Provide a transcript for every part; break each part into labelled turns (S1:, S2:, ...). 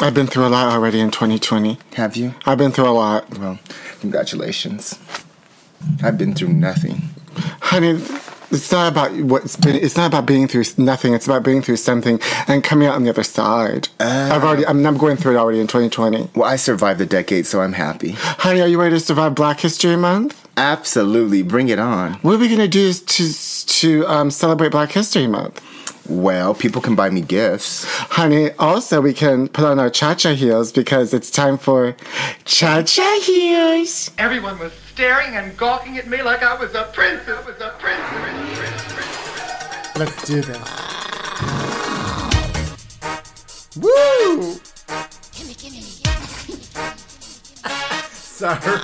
S1: I've been through a lot already in 2020.
S2: Have you?
S1: I've been through a lot.
S2: Well, congratulations. I've been through nothing.
S1: Honey, it's not about what's been, it's not about being through nothing. It's about being through something and coming out on the other side. I've already, I'm, I'm going through it already in 2020.
S2: Uh, Well, I survived the decade, so I'm happy.
S1: Honey, are you ready to survive Black History Month?
S2: Absolutely, bring it on.
S1: What are we going to do to, to um, celebrate Black History Month?
S2: Well, people can buy me gifts.
S1: Honey, also we can put on our cha-cha heels because it's time for cha-cha heels.
S3: Everyone was staring and gawking at me like I was a prince. I was a prince. prince, prince, prince.
S4: Let's do this.
S1: Woo!
S5: Gimme, gimme.
S4: Sorry.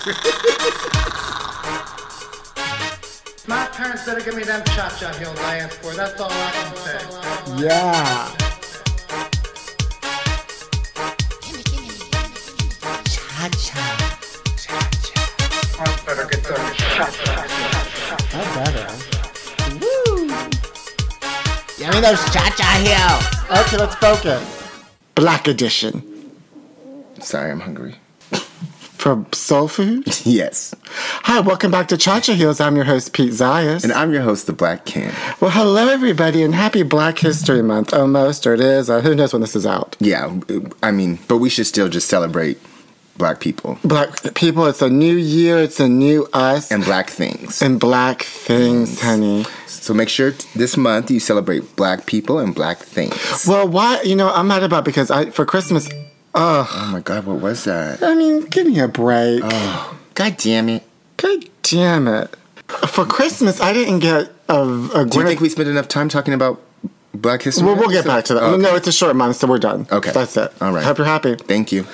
S3: My parents better give me them cha-cha heels I asked for. That's all I can say.
S4: Yeah.
S5: Gimme, gimme.
S4: Cha-cha.
S3: I better get those cha-cha.
S4: I better. Woo! Give me those cha-cha heels. Okay, let's focus.
S1: Black edition
S2: Sorry, I'm hungry.
S1: for soul food.
S2: Yes.
S1: Hi, welcome back to Cha-Cha Heels. I'm your host, Pete Zayas.
S2: And I'm your host, The Black Can.
S1: well, hello, everybody, and happy Black History Month. Almost, or it is. Uh, who knows when this is out?
S2: Yeah, I mean, but we should still just celebrate black people
S1: Black people, it's a new year. It's a new us.
S2: and black things.
S1: and black things, honey.
S2: So make sure t- this month you celebrate black people and black things.
S1: Well, why? You know, I'm mad about because I for Christmas. Ugh.
S2: Oh my God, what was that?
S1: I mean, give me a break.
S2: Oh. God damn it.
S1: God damn it. For Christmas, I didn't get a, a
S2: Do you think we spent enough time talking about black history?
S1: Well, we'll get
S2: So-
S1: back to that.
S2: Okay.
S1: No, it's a short month, so we're done.
S2: Okay.
S1: That's it.
S2: All right.
S1: Hope you're happy.
S2: Thank you.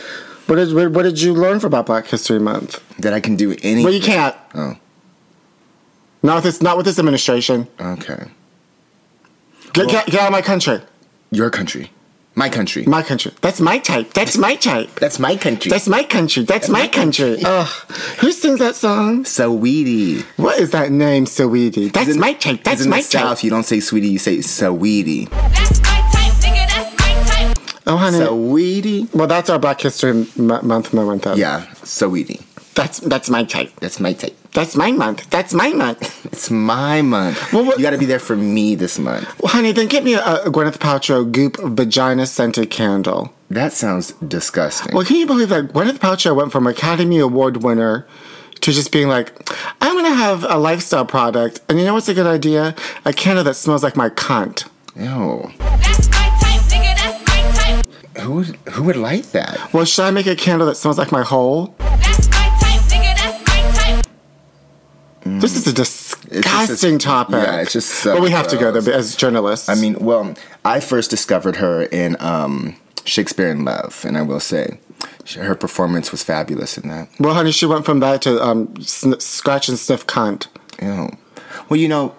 S1: What did, what, what did you learn from about Black History Month?
S2: That I can do anything.
S1: Well, you can't.
S2: Oh,
S1: Not with this, not with this administration.
S2: okay.
S1: Get, get, get out of my country.
S2: Your country. My country.
S1: My country. That's my type. That's my type.
S2: That's my country.
S1: That's my country. That's my country. Ugh. Who sings that song?
S2: Saweetie.
S1: What is that name, Saweetie? That's
S2: In-
S1: my type.
S2: because
S1: That's
S2: in
S1: my
S2: the South,
S1: type.
S2: you don't say sweetie, you say saweetie.
S5: That's my type, nigga. That's my type.
S1: Oh, honey.
S2: Saweetie.
S1: well, that's our Black History M- Month moment, though.
S2: Yeah, saweetie.
S1: That's that's my type.
S2: That's my type.
S1: That's my month. That's my month.
S2: It's my month.
S1: Well, what-
S2: you got to be there for me this month.
S1: Well, honey, then get me a, a Gwyneth Paltrow Goop Vagina Scented Candle.
S2: That sounds disgusting.
S1: Well, can you believe that Gwyneth Paltrow went from Academy Award winner to just being like, I'm going to have a lifestyle product. And you know what's a good idea? A candle that smells like my cunt.
S2: Ew.
S5: That's my type, nigga. That's my type.
S2: Who would, who would like that?
S1: Well, should I make a candle that smells like my hole?
S5: That's my type, nigga. That's my type.
S1: This is a disgusting topic.
S2: yeah, it's just so
S1: but we have to go
S2: gross.
S1: there as journalists.
S2: I mean, well, I first discovered her in um, Shakespeare in Love, and I will say, sh- her performance was fabulous in that.
S1: well, honey, she went from that to um, sn- scratch and sniff cunt.
S2: Ew. Well, you know,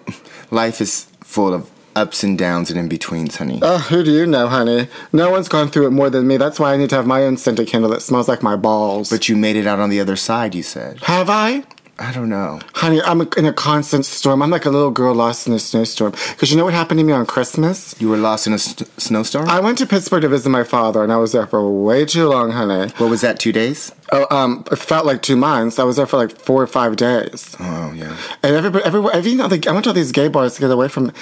S2: life is full of ups and downs and in betweens, honey.
S1: Oh, who do you know, honey? No one's gone through it more than me. That's why I need to have my own scented candle that smells like my balls.
S2: but you made it out on the other side, you said.
S1: have I?
S2: I don't know.
S1: Honey, I'm in a constant storm. I'm like a little girl lost in a snowstorm. Because you know what happened to me on Christmas?
S2: You were lost in a s- snowstorm?
S1: I went to Pittsburgh to visit my father, and I was there for way too long, honey.
S2: what was that, two days?
S1: Oh, um, it felt like two months. I was there for like four or five days.
S2: Oh, yeah.
S1: And everybody, everywhere, every, you know, like, I went to all these gay bars to get away from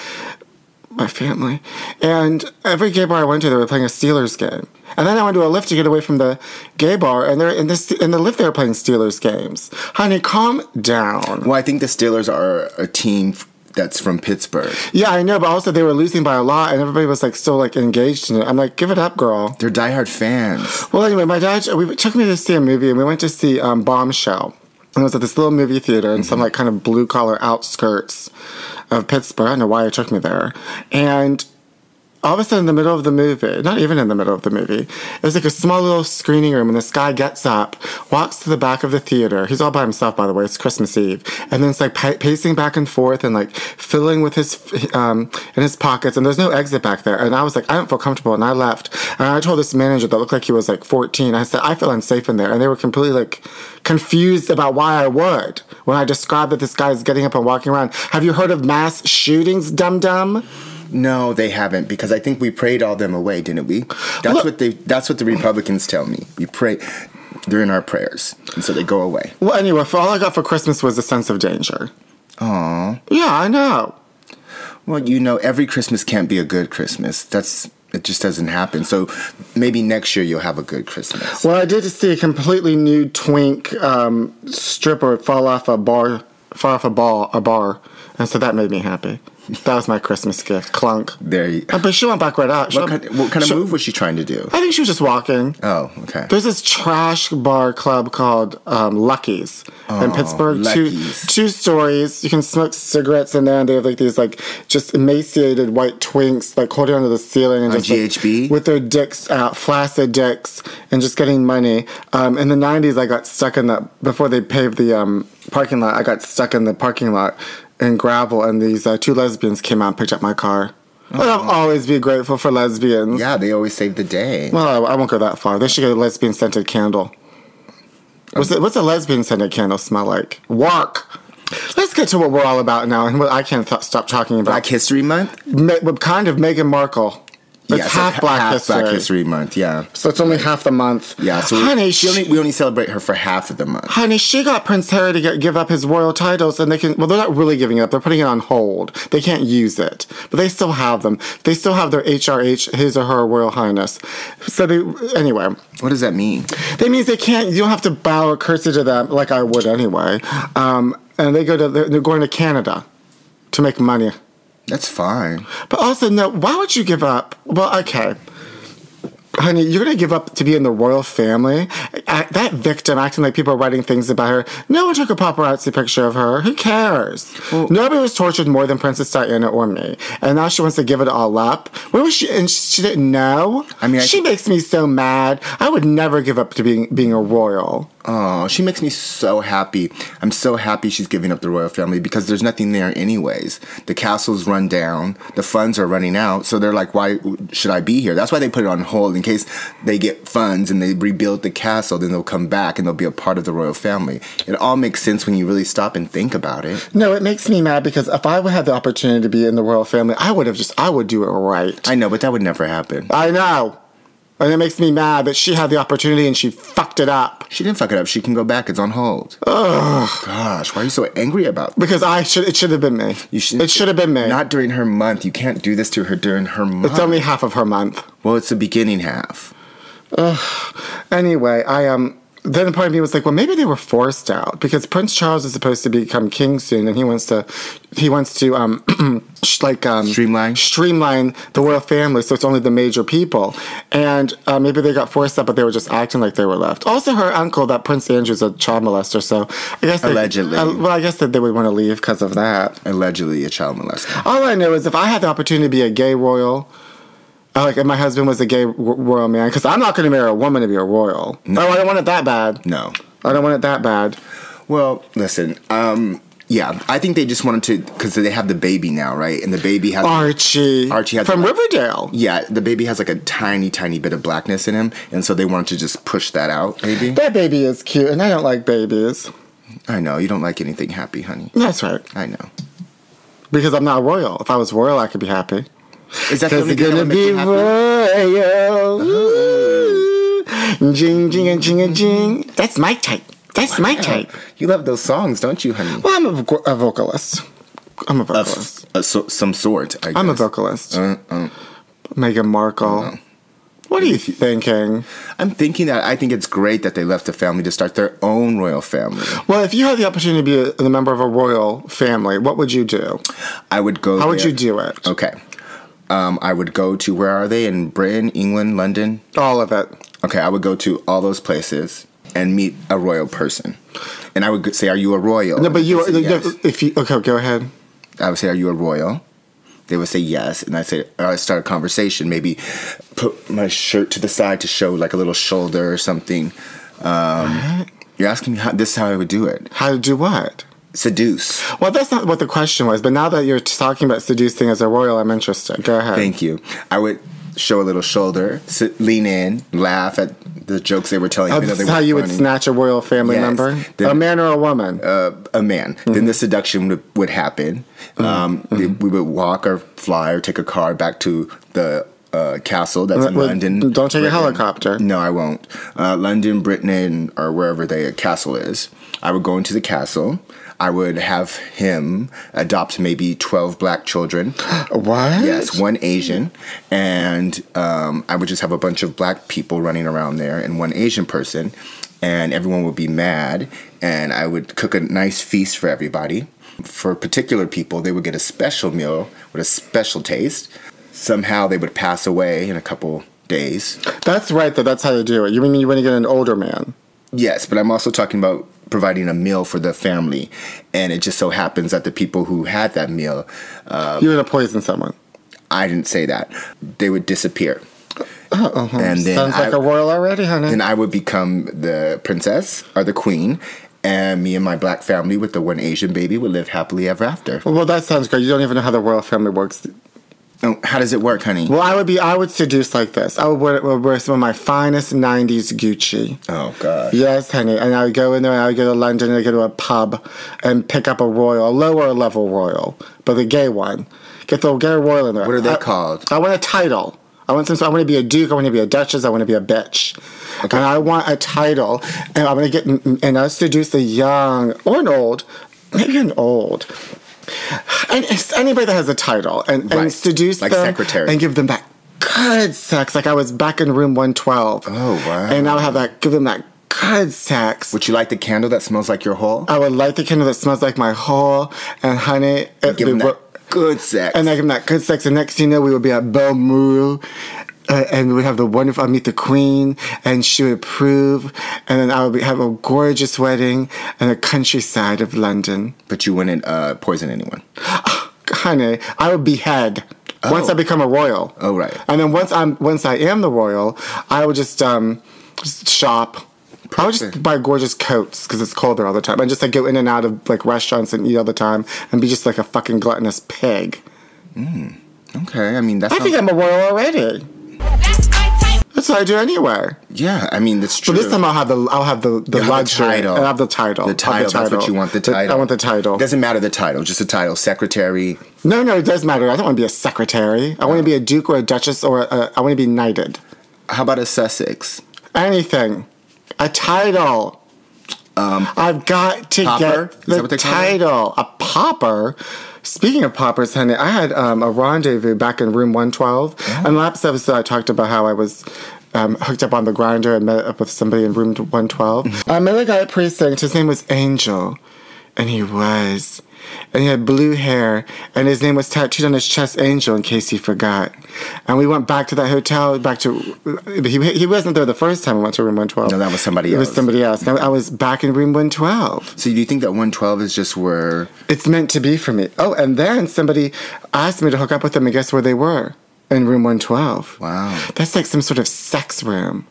S1: my family. And every gay bar I went to, they were playing a Steelers game. And then I went to a lift to get away from the gay bar, and they're in this in the lift. They were playing Steelers games. Honey, calm down.
S2: Well, I think the Steelers are a team f- that's from Pittsburgh.
S1: Yeah, I know, but also they were losing by a lot, and everybody was like still like engaged in it. I'm like, give it up, girl.
S2: They're diehard fans.
S1: Well, anyway, my dad we took me to see a movie, and we went to see um, Bombshell. And it was at this little movie theater in some like kind of blue collar outskirts of Pittsburgh. I don't know why it took me there. And all of a sudden, in the middle of the movie, not even in the middle of the movie, it was like a small little screening room, and this guy gets up, walks to the back of the theater. He's all by himself, by the way. It's Christmas Eve, and then it's like pa- pacing back and forth and like filling with his um, in his pockets. And there's no exit back there. And I was like, I don't feel comfortable, and I left. And I told this manager that looked like he was like 14. I said, I feel unsafe in there, and they were completely like confused about why I would when I described that this guy is getting up and walking around. Have you heard of mass shootings, dum dum?
S2: No, they haven't because I think we prayed all them away, didn't we? That's
S1: Look-
S2: what they. That's what the Republicans tell me. We pray. They're in our prayers, and so they go away.
S1: Well, anyway, for all I got for Christmas was a sense of danger.
S2: Aww.
S1: Yeah, I know.
S2: Well, you know, every Christmas can't be a good Christmas. That's it. Just doesn't happen. So maybe next year you'll have a good Christmas.
S1: Well, I did see a completely nude twink um, stripper fall off a bar, fall off a ball, a bar, and so that made me happy. That was my Christmas gift. Clunk.
S2: There. You,
S1: Uh, But she went back right out. She
S2: what
S1: went-
S2: kind, what kind of
S1: she-
S2: move was she trying to do?
S1: I think she was just walking.
S2: Oh, okay.
S1: There's this trash bar club called um, Lucky's in Pittsburgh.
S2: Oh, Lucky's.
S1: Two two stories. You can smoke cigarettes in there, and they have like these like just emaciated white twinks like holding onto the ceiling and
S2: On
S1: just like,
S2: GHB?
S1: with their dicks out, flaccid dicks, and just getting money. Um, in the '90s, I got stuck in the before they paved the um, parking lot. I got stuck in the parking lot in gravel, and these uh, two lesbians came out and picked up my car. And
S2: Oh.
S1: I'll always be grateful for lesbians.
S2: Yeah, they always save the day.
S1: Well, I, I won't go that far. They should get a lesbian scented candle. What's, it, what's a lesbian scented candle smell like? Work. Let's get to what we're all about now, and what I can't th- stop talking about.
S2: Black History Month.
S1: Ma- what kind of Meghan Markle? It's
S2: Yes,
S1: half,
S2: ha-
S1: black,
S2: half
S1: history.
S2: Black History Month. Yeah.
S1: so it's only half the month.
S2: Yeah. So
S1: honey,
S2: we,
S1: she,
S2: she only, we only celebrate her for half of the month.
S1: honey, she got Prince Harry to get, give up his royal titles, and they can. Well, they're not really giving it up; they're putting it on hold. They can't use it, but they still have them. They still have their HRH, his or her Royal Highness. So they, anyway.
S2: What does that mean?
S1: That means they can't. You don't have to bow or curtsy to them like I would anyway. Um, and they go to they're, they're going to Canada to make money.
S2: That's fine.
S1: But also, no. Why would you give up? Well, okay, honey, you're gonna give up to be in the royal family. Act- That victim acting like people are writing things about her. No one took a paparazzi picture of her. Who cares? Nobody was tortured more than Princess Diana or me. And now she wants to give it all up. Where was she? And she didn't know.
S2: I mean, I-
S1: she makes me so mad. I would never give up to being being a royal.
S2: Oh, she makes me so happy. I'm so happy she's giving up the royal family because there's nothing there anyways. The castle's run down, the funds are running out, so they're like, why should I be here? That's why they put it on hold in case they get funds and they rebuild the castle, then they'll come back and they'll be a part of the royal family. It all makes sense when you really stop and think about it.
S1: No, it makes me mad because if I would have the opportunity to be in the royal family, I would have just I would do it right.
S2: I know, but that would never happen.
S1: I know. And it makes me mad that she had the opportunity and she fucked it up.
S2: She didn't fuck it up. She can go back. It's on hold. Oh gosh, why are you so angry about that?
S1: Because I should it should have been me.
S2: You should-
S1: it should have been me.
S2: Not during her month. You can't do this to her during her month.
S1: it's only half of her month.
S2: well, it's the beginning half.
S1: Anyway, I um then a part of me was like, well, maybe they were forced out because Prince Charles is supposed to become king soon, and he wants to, he wants to um, sh- like um,
S2: Streamline?
S1: streamline the royal family, so it's only the major people, and uh, maybe they got forced out, but they were just acting like they were left. Also, her uncle, that Prince Andrew's a child molester, so I guess they,
S2: Allegedly.
S1: uh, well, I guess that they would want to leave because of that.
S2: allegedly a child molester.
S1: All I know is if I had the opportunity to be a gay royal, uh, like if my husband was a gay w- royal man, because I'm not going to marry a woman to be a royal. No. I don't want it that bad.
S2: No.
S1: I don't want it that bad.
S2: Well, listen. Um, yeah, I think they just wanted to because they have the baby now, right? And the baby has
S1: Oh. Archie.
S2: Archie had
S1: from
S2: the-
S1: Riverdale.
S2: Yeah, the baby has like a tiny, tiny bit of blackness in him, and so they wanted to just push that out. Maybe
S1: That baby is cute, and I don't like babies.
S2: I know you don't like anything happy, honey.
S1: That's right.
S2: I know.
S1: Because I'm not royal. If I was royal, I could be happy.
S2: Is that the
S1: Because
S2: only
S1: it's
S2: thing
S1: gonna
S2: that would make
S1: be
S2: you happy? Uh-huh.
S1: royal. Ooh. Jing, jing, and jing, and jing. That's my type. That's my type.
S2: You love those songs, don't you, honey?
S1: Well, I'm a, vo- a vocalist. I'm a
S2: Of
S1: vocalist.
S2: of so, some sort. I guess.
S1: I'm a vocalist.
S2: Uh, uh,
S1: Meghan Markle. What are you thinking?
S2: I'm thinking that I think it's great that they left the family to start their own royal family.
S1: Well, if you had the opportunity to be a, a member of a royal family, what would you do?
S2: I would go.
S1: How would
S2: there-
S1: you do it?
S2: Okay. Um, I would go to where are they in Britain, England, London?
S1: All of it.
S2: Okay, I would go to all those places and meet a royal person, and I would g- say, "Are you a royal?"
S1: No, but you.
S2: They
S1: Are,
S2: say, yes.
S1: If you okay, go ahead.
S2: I would say, "Are you a royal?" They would say yes, and I say I start a conversation. Maybe put my shirt to the side to show like a little shoulder or something. Um, you're asking me how this is how I would do it.
S1: How to do what?
S2: Seduce.
S1: Well, that's not what the question was. But now that you're talking about seducing as a royal, I'm interested. Go ahead.
S2: Thank you. I would show a little shoulder, sit, lean in, laugh at the jokes they were telling.
S1: Oh,
S2: even though
S1: this
S2: they
S1: is how
S2: weren't
S1: you would
S2: funny.
S1: snatch a royal family
S2: Yes.
S1: member?
S2: The-
S1: a man or a woman?
S2: uh, a man.
S1: Mm-hmm.
S2: Then the seduction would, would happen. Um, We would walk or fly or take a car back to the uh, castle that's in
S1: Well,
S2: London.
S1: don't take a
S2: Britain.
S1: helicopter.
S2: No, I won't. Uh, London, Britain, and- or wherever the castle is. I would go into the castle. I would have him adopt maybe 12 black children.
S1: what?
S2: Yes, one Asian, and um, I would just have a bunch of black people running around there, and one Asian person, and everyone would be mad, and I would cook a nice feast for everybody. For particular people, they would get a special meal with a special taste. Somehow, they would pass away in a couple days.
S1: That's right, though. That's how you do it. You mean you want to get an older man?
S2: Yes, but I'm also talking about providing a meal for the family, and it just so happens that the people who had that meal uh, Um,
S1: You're going to poison someone.
S2: I didn't say that. They would disappear. and then
S1: Uh-huh. Sounds
S2: I,
S1: like a royal already, honey.
S2: then I would become the princess or the queen, and me and my black family with the one Asian baby would live happily ever after.
S1: well, that sounds great. You don't even know how the royal family works.
S2: Oh, how does it work, honey?
S1: Well, I would be, I would seduce like this. I would wear, would wear some of my finest 90s Gucci.
S2: Oh God.
S1: Yes, honey. And I would go in there and I would go to London and I'd go to a pub and pick up a royal, a lower level royal, but the gay one. Get the get a royal in there.
S2: What are they
S1: I-
S2: called?
S1: I want a title. I want some. I want to be a duke. I want to be a duchess. I want to be a bitch. And I want a title. And I want to get and I seduce a young or an old, maybe an old. And it's anybody that has a title and,
S2: Right.
S1: and seduce
S2: Like
S1: them
S2: secretary.
S1: and give them that good sex. Like I was back in room one twelve.
S2: Oh, wow.
S1: And I would have that give them that good sex.
S2: Would you like the candle that smells like your hole?
S1: I would light the candle that smells like my hole and honey. It
S2: Give them
S1: would-
S2: that good sex.
S1: and I give them that good sex. And next thing you know, we would be at Belmule. Uh, and we would have the wonderful, I'd meet the queen, and she would approve. And then I would be, have a gorgeous wedding in the countryside of London.
S2: but you wouldn't uh, poison anyone.
S1: Honey, I would behead once
S2: Oh.
S1: I become a royal.
S2: Oh, right.
S1: And then once I'm once I am the royal, I would just um just shop. I would just
S2: Perfect.
S1: buy gorgeous coats because it's cold there all the time, and just like go in and out of like restaurants and eat all the time, and be just like a fucking gluttonous pig.
S2: Okay, I mean that's.
S1: I think I'm a royal already.
S5: That's my type.
S1: That's what I do anyway.
S2: yeah, I mean that's
S1: But
S2: true.
S1: this time I'll have the I'll have the the
S2: You'll have the
S1: luxury.
S2: title.
S1: I'll have the title.
S2: the
S1: I'll have
S2: title. That's what you want. The
S1: The-
S2: title.
S1: I want the title.
S2: Doesn't matter the title. Just the title. Secretary.
S1: no, no, it does matter. I don't want to be a secretary. I want to be a duke or a duchess or a, a, I want to be knighted.
S2: How about a Sussex?
S1: Anything, a title. I've got to
S2: Popper? Um, Is
S1: get
S2: that
S1: the
S2: what they call it?
S1: title. A popper. Speaking of poppers, honey, I had um, a rendezvous back in room 112.
S2: Oh.
S1: And last episode, I talked about how I was um, hooked up on the grinder and met up with somebody in room
S2: Mm-hmm.
S1: 112. I met a guy at precinct. His name was Angel. And he was. And he had blue hair. And his name was tattooed on his chest, Angel, in case you forgot. And we went back to that hotel, back to. He, he wasn't there the first time we went to room 112.
S2: No, that was somebody
S1: It was
S2: else.
S1: somebody else. Now, I was back in room 112.
S2: So do you think that 112 is just where?
S1: It's meant to be for me. Oh, and then somebody asked me to hook up with them, and guess where they were? In room 112.
S2: Wow.
S1: That's like some sort of sex room.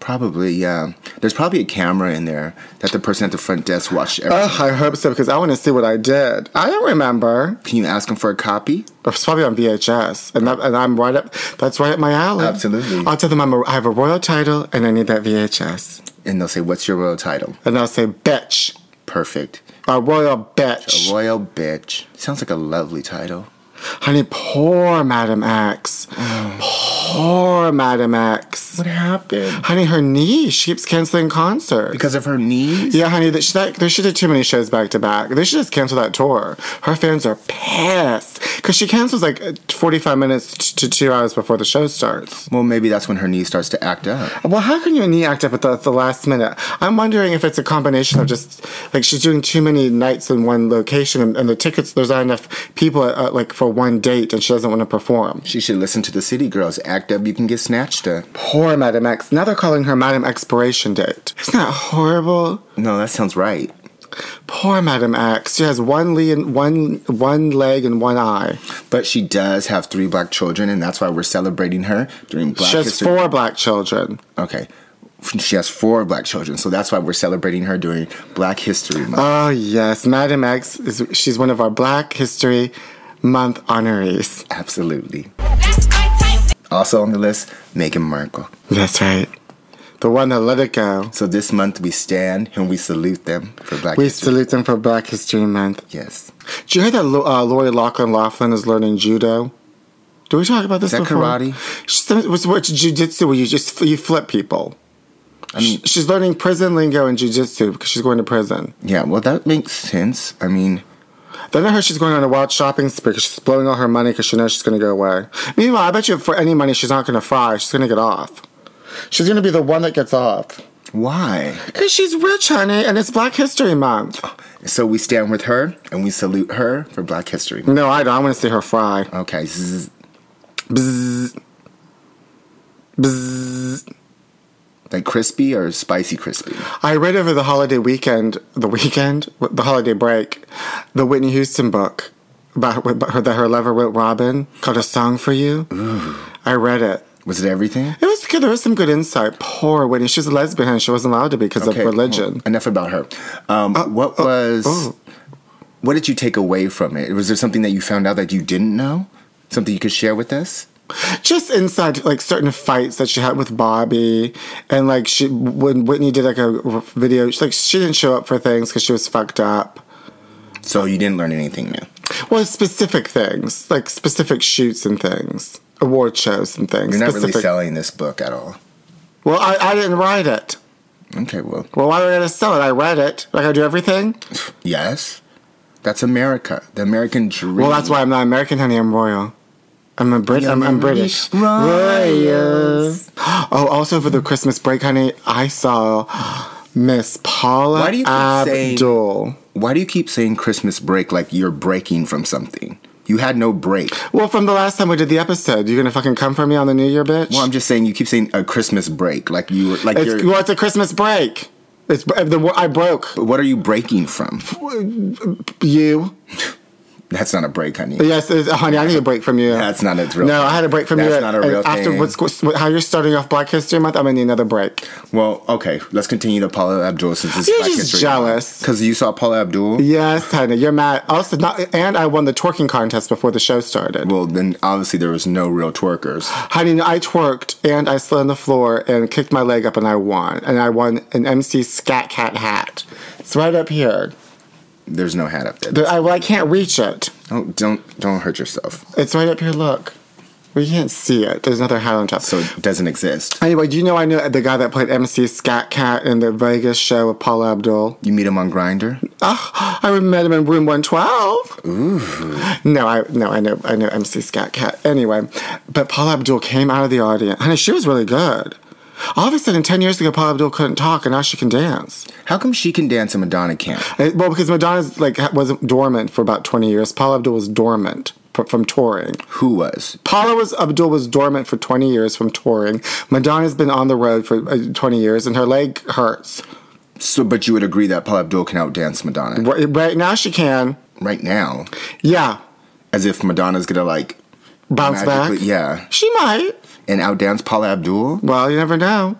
S2: Probably, yeah. There's probably a camera in there that the person at the front desk watched. Every-
S1: Ugh, I hope so, because I want to see what I did. I don't remember.
S2: Can you ask him for a copy?
S1: It's probably on VHS, and, that, and I'm right up. That's right up my alley.
S2: Absolutely.
S1: I'll tell them I'm a, I have a royal title, and I need that VHS.
S2: And they'll say, "What's your royal title?"
S1: And I'll say, "Bitch,
S2: Perfect.
S1: a royal
S2: A
S1: bitch,
S2: royal bitch. Sounds like a lovely title.
S1: honey." Poor Madam X. poor Madam X.
S2: happened?
S1: Honey, her knee. She keeps canceling concerts.
S2: Because of her knees.
S1: Yeah, honey, that, that, they should do too many shows back to back. They should just cancel that tour. Her fans are pissed because she cancels like 45 minutes t- to two hours before the show starts.
S2: Well, maybe that's when her knee starts to act up.
S1: Well, how can your knee act up at the, at the last minute? I'm wondering if it's a combination of just like she's doing too many nights in one location and, and the tickets, there's not enough people uh, like for one date and she doesn't want to perform.
S2: She should listen to the City Girls. Act up, you can get snatched up.
S1: Poor Madam X. Now they're calling her Madam Expiration Date. Isn't that horrible?
S2: No, that sounds right.
S1: Poor Madam X. She has one, le- and one, one leg and one eye.
S2: But she does have three black children, and that's why we're celebrating her during Black
S1: she has
S2: History.
S1: four black children.
S2: Okay. She has four black children, so that's why we're celebrating her during Black History Month.
S1: Oh yes, Madam X is she's one of our Black History Month honorees.
S2: Absolutely.
S5: That's my type.
S2: Also on the list, Meghan Markle.
S1: That's right. the one that let it go.
S2: So this month we stand and we salute them for Black
S1: We
S2: History.
S1: salute them for Black History Month.
S2: yes.
S1: Did you hear that Lo- uh, Lori Lachlan Laughlin is learning judo? Did we talk about this
S2: Is that
S1: before?
S2: karate?
S1: She's, it was what jujitsu where you just you flip people.
S2: I mean,
S1: She- she's learning prison lingo and jujitsu because she's going to prison.
S2: yeah. Well, that makes sense. I mean,
S1: Then I heard she's going on a wild shopping spree because she's blowing all her money because she knows she's going to go away. Meanwhile, I bet you for any money she's not going to fry. She's going to get off. She's going to be the one that gets off
S2: why?
S1: because she's rich, honey, and it's Black History Month.
S2: So we stand with her and we salute her for Black History. Month.
S1: No, I don't. I want to see her fry.
S2: Okay. zzz.
S1: Bzzz. Bzzz.
S2: Like crispy or spicy crispy?
S1: I read over the holiday weekend, the weekend, the holiday break, the Whitney Houston book about, about her, that her lover wrote Robin called A Song for You. I read it.
S2: Was it everything?
S1: It was good. There was some good insight. Poor Whitney. She's a lesbian and she wasn't allowed to be because of religion. Uh,
S2: well, enough about her. Um, what was?
S1: oh.
S2: What did you take away from it? Was there something that you found out that you didn't know? Something you could share with us?
S1: Just inside, like certain fights that she had with Bobby, and like she when Whitney did like a video, she, like she didn't show up for things because she was fucked up.
S2: So you didn't learn anything new.
S1: Well, specific things, like specific shoots and things, award shows and things.
S2: You're not
S1: specific.
S2: really selling this book at all.
S1: Well, I, I didn't write it.
S2: Okay, well,
S1: Well, why would I gotta sell it? I read it. Like I do everything.
S2: yes, that's America, the American dream.
S1: Well, that's why I'm not American, honey. I'm royal. I'm a Brit. I'm, I'm British.
S2: Royals.
S1: Oh, also for the Christmas break, honey, I saw Miss Paula
S2: Why do you keep saying-
S1: Abdul.
S2: Why do you keep saying Christmas break like you're breaking from something? You had no break.
S1: Well, from the last time we did the episode, you gonna fucking come for me on the New Year, bitch?
S2: Well, I'm just saying you keep saying a Christmas break like you were like
S1: it's,
S2: you're.
S1: well, it's a Christmas break. It's uh, the I broke
S2: What are you breaking from?
S1: you.
S2: That's not a break, honey.
S1: Yes, it's, honey, I need a break from you.
S2: That's not a
S1: No,
S2: real thing.
S1: I had a break from you.
S2: That's not a
S1: and
S2: real
S1: after
S2: thing.
S1: what's what, how you're starting off Black History Month, I'm gonna need another break.
S2: Well, okay, let's continue to Paula Abdul since it's
S1: You're just jealous.
S2: Because you saw Paula Abdul.
S1: Yes, honey, you're mad. Also, not and I won the twerking contest before the show started.
S2: Well, then obviously there was no real twerkers.
S1: Honey, I twerked and I slid on the floor and kicked my leg up and I won. And I won an MC Scat Cat hat. It's right up here.
S2: There's no hat up there.
S1: But I, well, I can't reach it.
S2: don't don't don't hurt yourself.
S1: It's right up here. Look, we can't see it. There's another hat on top.
S2: So it doesn't exist.
S1: anyway, do you know I knew the guy that played MC Scat Cat in the Vegas show with Paula Abdul?
S2: You meet him on Grinder.
S1: Oh, I met him in room 112.
S2: Mm-hmm.
S1: No, I no, I know, I know MC Scat Cat. Anyway, but Paula Abdul came out of the audience. Honey, she was really good. All of a sudden, 10 years ago, Paula Abdul couldn't talk, and now she can dance.
S2: How come she can dance and Madonna can't?
S1: It- well, because Madonna's like ha- was dormant for about 20 years. Paula Abdul was dormant fr- from touring.
S2: Who was?
S1: Paula was Abdul was dormant for 20 years from touring. Madonna's been on the road for uh, 20 years, and her leg hurts.
S2: So, but you would agree that Paula Abdul can outdance Madonna
S1: Right, right now, she can.
S2: right now,
S1: Yeah,
S2: as if Madonna's gonna like
S1: bounce
S2: magically,
S1: back.
S2: yeah,
S1: She might.
S2: and outdance Paula Abdul.
S1: Well, you never know.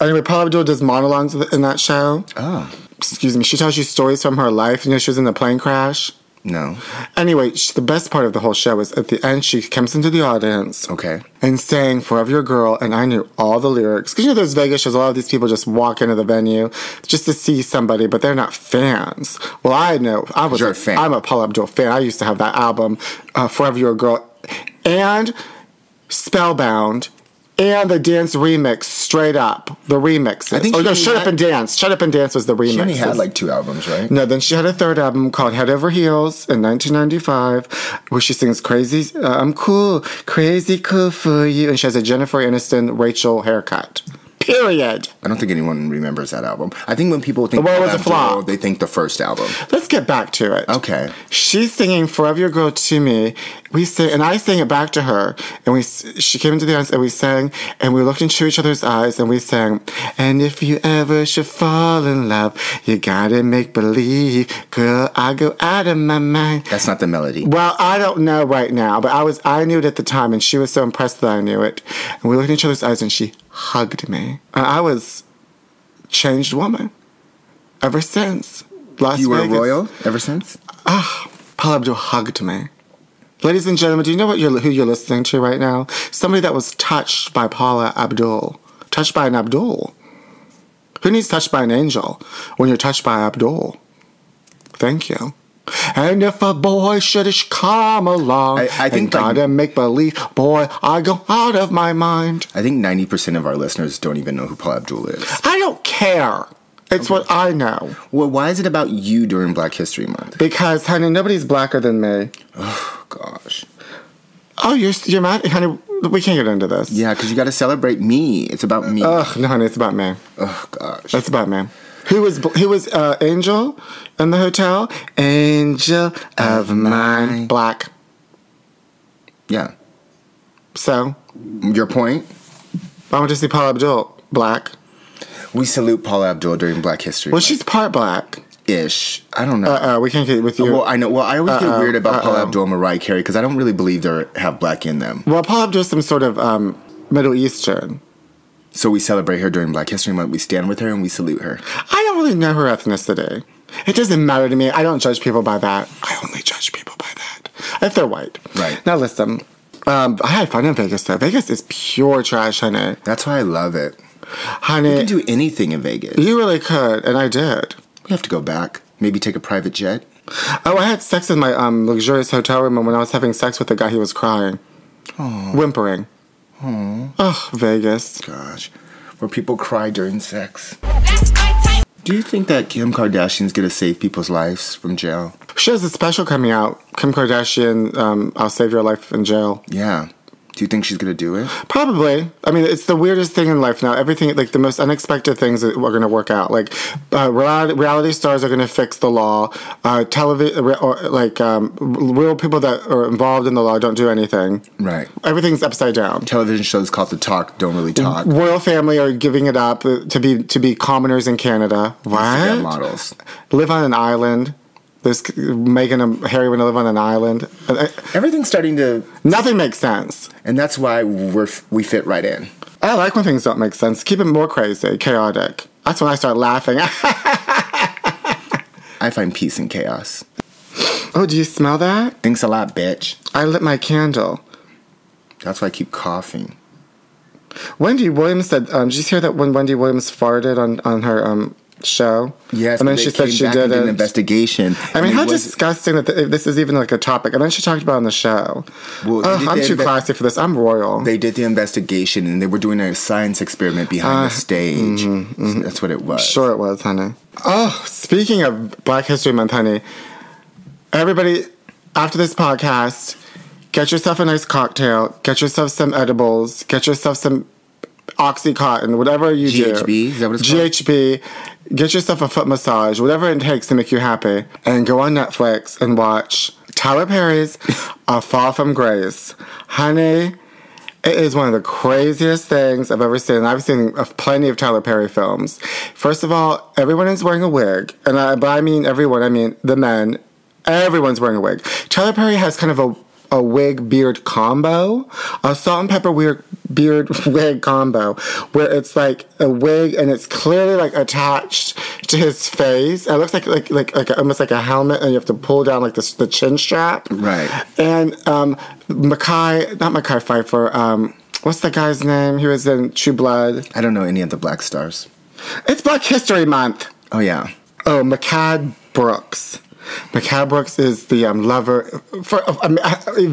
S1: Anyway, Paula Abdul does monologues in that show.
S2: Oh
S1: Excuse me. She tells you stories from her life. You know, she was in the plane crash.
S2: no,
S1: Anyway, she, the best part of the whole show is at the end, she comes into the audience
S2: okay.
S1: and sang Forever Your Girl, and I knew all the lyrics. Because you know, those Vegas shows, a lot of these people just walk into the venue just to see somebody, but they're not fans. Well, I know. I was
S2: You're a fan.
S1: I'm a Paula Abdul fan. I used to have that album, uh, Forever Your Girl, and Spellbound. And the dance remix, straight up the remix.
S2: I think
S1: oh no,
S2: she
S1: Shut
S2: had-
S1: Up and Dance. Shut Up and Dance was the remix.
S2: She only had like two albums, right?
S1: No, then she had a third album called Head Over Heels in 1995, where she sings "Crazy, uh, I'm Cool, Crazy Cool for You," and she has a Jennifer Aniston Rachel haircut. Period.
S2: I don't think anyone remembers that album. I think when people think
S1: Well, it
S2: Paula
S1: was a flop.
S2: Abdul, they think the first album.
S1: Let's get back to it.
S2: Okay.
S1: She's singing "Forever Your Girl" to me. We sing, and I sang it back to her. And we, s- she came into the dance, and we sang, and we looked into each other's eyes, and we sang. And if you ever should fall in love, you gotta make believe, girl. I go out of my mind.
S2: That's not the melody.
S1: Well, I don't know right now, but I was I knew it at the time, and she was so impressed that I knew it. And we looked in each other's eyes, and she hugged me. And I was changed woman ever since. Las
S2: You were
S1: Vegas.
S2: royal ever since.
S1: Paula Abdul hugged me. Ladies and gentlemen, do you know what you're, who you're listening to right now? Somebody that was touched by Paula Abdul. touched by an Abdul. Who needs touched by an angel when you're touched by Abdul? Thank you. And if a boy should come along
S2: I- I
S1: and
S2: think, like-
S1: gotta make believe, boy, I go out of my mind.
S2: I think 90% of our listeners don't even know who Paul Abdul is.
S1: I don't care. It's what I know.
S2: Well, why is it about you during Black History Month?
S1: Because, honey, nobody's blacker than me.
S2: Oh, gosh.
S1: Oh, you're you're mad, honey. We can't get into this.
S2: Yeah, because you got to celebrate me. It's about me.
S1: Ugh, no, honey, it's about me.
S2: oh, gosh.
S1: It's about me. Who was who was uh, Angel in the hotel? Angel of mine, black.
S2: Yeah.
S1: So
S2: Your point?
S1: I went to see Paula Abdul, black.
S2: We salute Paul Abdul during Black History
S1: Well,
S2: Month.
S1: she's part black.
S2: ish. I don't know.
S1: Uh, uh, we can't get with you.
S2: well, I know. Well, I always get
S1: Uh-oh,
S2: weird about Paul
S1: uh-oh.
S2: Abdul and Mariah Carey because I don't really believe they have black in them.
S1: well, Paula Abdul's some sort of um, Middle Eastern.
S2: So we celebrate her during Black History Month. We stand with her and we salute her.
S1: I don't really know her ethnicity. It doesn't matter to me. I don't judge people by that. I only judge people by that if they're white.
S2: Right.
S1: Now listen. Um, I had fun in Vegas though. Vegas is pure trash, honey.
S2: That's why I love it.
S1: Honey,
S2: You can do anything in Vegas.
S1: you really could, and I did.
S2: We have to go back. Maybe take a private jet.
S1: Oh, I had sex in my um, luxurious hotel room, and when I was having sex with the guy, he was crying, whimpering. Oh, Vegas.
S2: Gosh, where people cry during sex.
S5: That's my type.
S2: Do you think that Kim Kardashian's gonna save people's lives from jail?
S1: She has a special coming out. Kim Kardashian, um, I'll save your life in jail.
S2: Yeah. Do you think she's gonna do it?
S1: Probably. I mean, it's the weirdest thing in life now. Everything, like the most unexpected things are going to work out. Like uh, reality, reality stars are going to fix the law. Uh, television, or like um, real people that are involved in the law don't do anything.
S2: Right.
S1: Everything's upside down.
S2: Television shows called The Talk don't really talk.
S1: royal family are giving it up uh, to be to be commoners in Canada.
S2: Instagram
S1: What?
S2: models.
S1: Live on an island. This making a Harry want to live on an island. Uh,
S2: Everything's starting to,
S1: Nothing makes sense.
S2: and that's why we're we fit right in.
S1: I like when things don't make sense. Keep it more crazy, chaotic. That's when I start laughing.
S2: I find peace in chaos.
S1: oh, do you smell that?
S2: Thanks a lot, bitch.
S1: I lit my candle.
S2: That's why I keep coughing.
S1: Wendy Williams said, um, "Did you hear that when Wendy Williams farted on on her um show?"
S2: Yes,
S1: and then
S2: they
S1: she said
S2: came
S1: she
S2: back and
S1: did
S2: did an
S1: it.
S2: investigation.
S1: I mean,
S2: and it
S1: how
S2: was-
S1: disgusting that th- this is even like a topic. And then she talked about it on the show.
S2: Well,
S1: Ugh,
S2: they did
S1: I'm
S2: the
S1: too
S2: inve-
S1: classy for this. I'm royal.
S2: they did the investigation and they were doing a science experiment behind the stage. That's what it was.
S1: Ah, mm-hmm, sure it was, honey. Oh, speaking of Black History Month, honey, everybody, after this podcast, get yourself a nice cocktail, get yourself some edibles, get yourself some Oxycontin, whatever you
S2: GHB?
S1: do.
S2: Is that what it's called?
S1: GHB. Get yourself a foot massage, whatever it takes to make you happy, and go on Netflix and watch Tyler Perry's A Fall from Grace. Honey, it is one of the craziest things I've ever seen. I've seen uh, plenty of Tyler Perry films. First of all, everyone is wearing a wig, and I, by I mean everyone, I mean the men. Everyone's wearing a wig. Tyler Perry has kind of a a wig beard combo, a salt and pepper weird beard wig combo, where it's like a wig and it's clearly like attached to his face. It looks like like like, like almost like a helmet, and you have to pull down like the the chin strap.
S2: Right.
S1: And um, Mackay, not Mackay Pfeiffer. Um, what's the guy's name? He was in True Blood.
S2: I don't know any of the black stars.
S1: It's Black History Month.
S2: Oh yeah.
S1: Oh, Mackay Brooks. Mackay Brooks is the um, lover, for, um,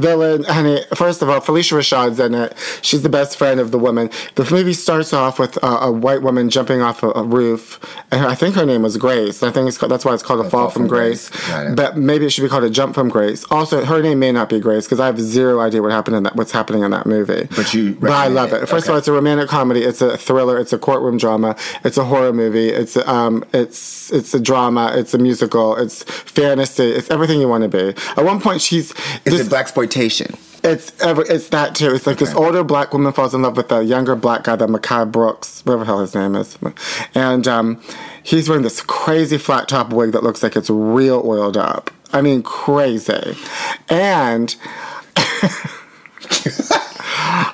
S1: villain. Honey, first of all, Felicia Rashad's in it. She's the best friend of the woman. The movie starts off with uh, a white woman jumping off a, a roof, and I think her name was Grace. I think it's called, that's why it's called a fall, from, Grace.
S2: Got it.
S1: But maybe it should be called a jump from Grace. Also, her name may not be Grace because I have zero idea what happened in that. What's happening in that movie?
S2: But you
S1: But I
S2: recommend
S1: love it.
S2: it.
S1: First of
S2: Okay.
S1: all, it's a romantic comedy. It's a thriller. It's a courtroom drama. It's a horror movie. It's a, um, it's it's a drama. It's a musical. It's fantasy. It's everything you want to be. At one point, she's
S2: Is
S1: this-
S2: it black exploitation?
S1: it's ever it's that too. It's like this
S2: Okay.
S1: older black woman falls in love with a younger black guy that Makai Brooks, whatever the hell his name is, and um, he's wearing this crazy flat top wig that looks like it's real oiled up. I mean, crazy, and.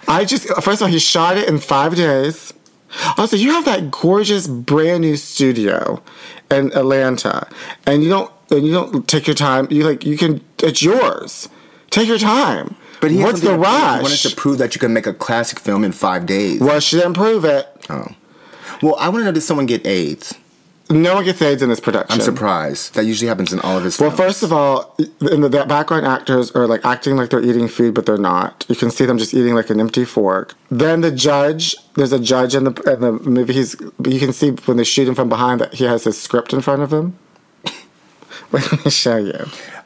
S1: I just first of all, he shot it in five days. Also, you have that gorgeous brand new studio in Atlanta, and you don't and you don't take your time. You like you can it's yours. Take your time. But
S2: he
S1: what's the
S2: wanted
S1: rush?
S2: to prove that you can make a classic film in five days.
S1: well, she didn't prove it.
S2: Oh. Well, I want to know did someone get AIDS?
S1: No one gets AIDS in this production.
S2: I'm surprised. That usually happens in all of his
S1: Well,
S2: films.
S1: first of all, in the, the background actors are like acting like they're eating food, but they're not. You can see them just eating like an empty fork. Then the judge, there's a judge in the in the movie. He's you can see when they shoot him from behind that he has his script in front of him. Wait, let me show you,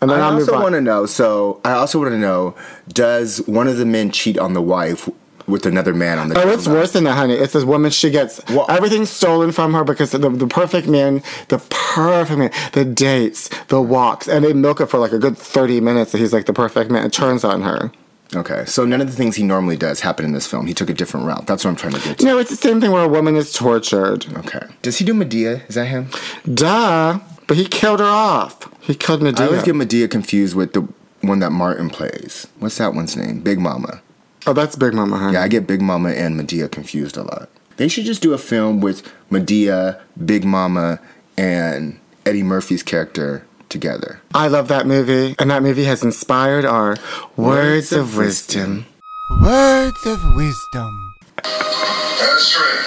S1: and then
S2: I
S1: I'll move
S2: also
S1: on.
S2: want to know. So I also want to know: Does one of the men cheat on the wife with another man on the?
S1: Oh, it's worse than that, honey. It's this woman. She gets
S2: Well-
S1: everything stolen from her because the, the perfect man, the perfect man, the dates, the walks, and they milk it for like a good thirty minutes. That he's like the perfect man. It turns on her.
S2: Okay, so none of the things he normally does happen in this film. He took a different route. That's what I'm trying to get to.
S1: No, it's the same thing where a woman is tortured.
S2: Okay. Does he do Medea? Is that him?
S1: Duh. But he killed her off. He killed
S2: I
S1: Medea.
S2: always get Medea confused with the one that Martin plays. What's that one's name? Big Mama.
S1: oh, that's Big Mama, honey.
S2: Yeah, I get Big Mama and Medea confused a lot. They should just do a film with Medea, Big Mama, and Eddie Murphy's character together.
S1: I love that movie, and that movie has inspired our words, of wisdom.
S4: Words of wisdom.
S6: Head straight.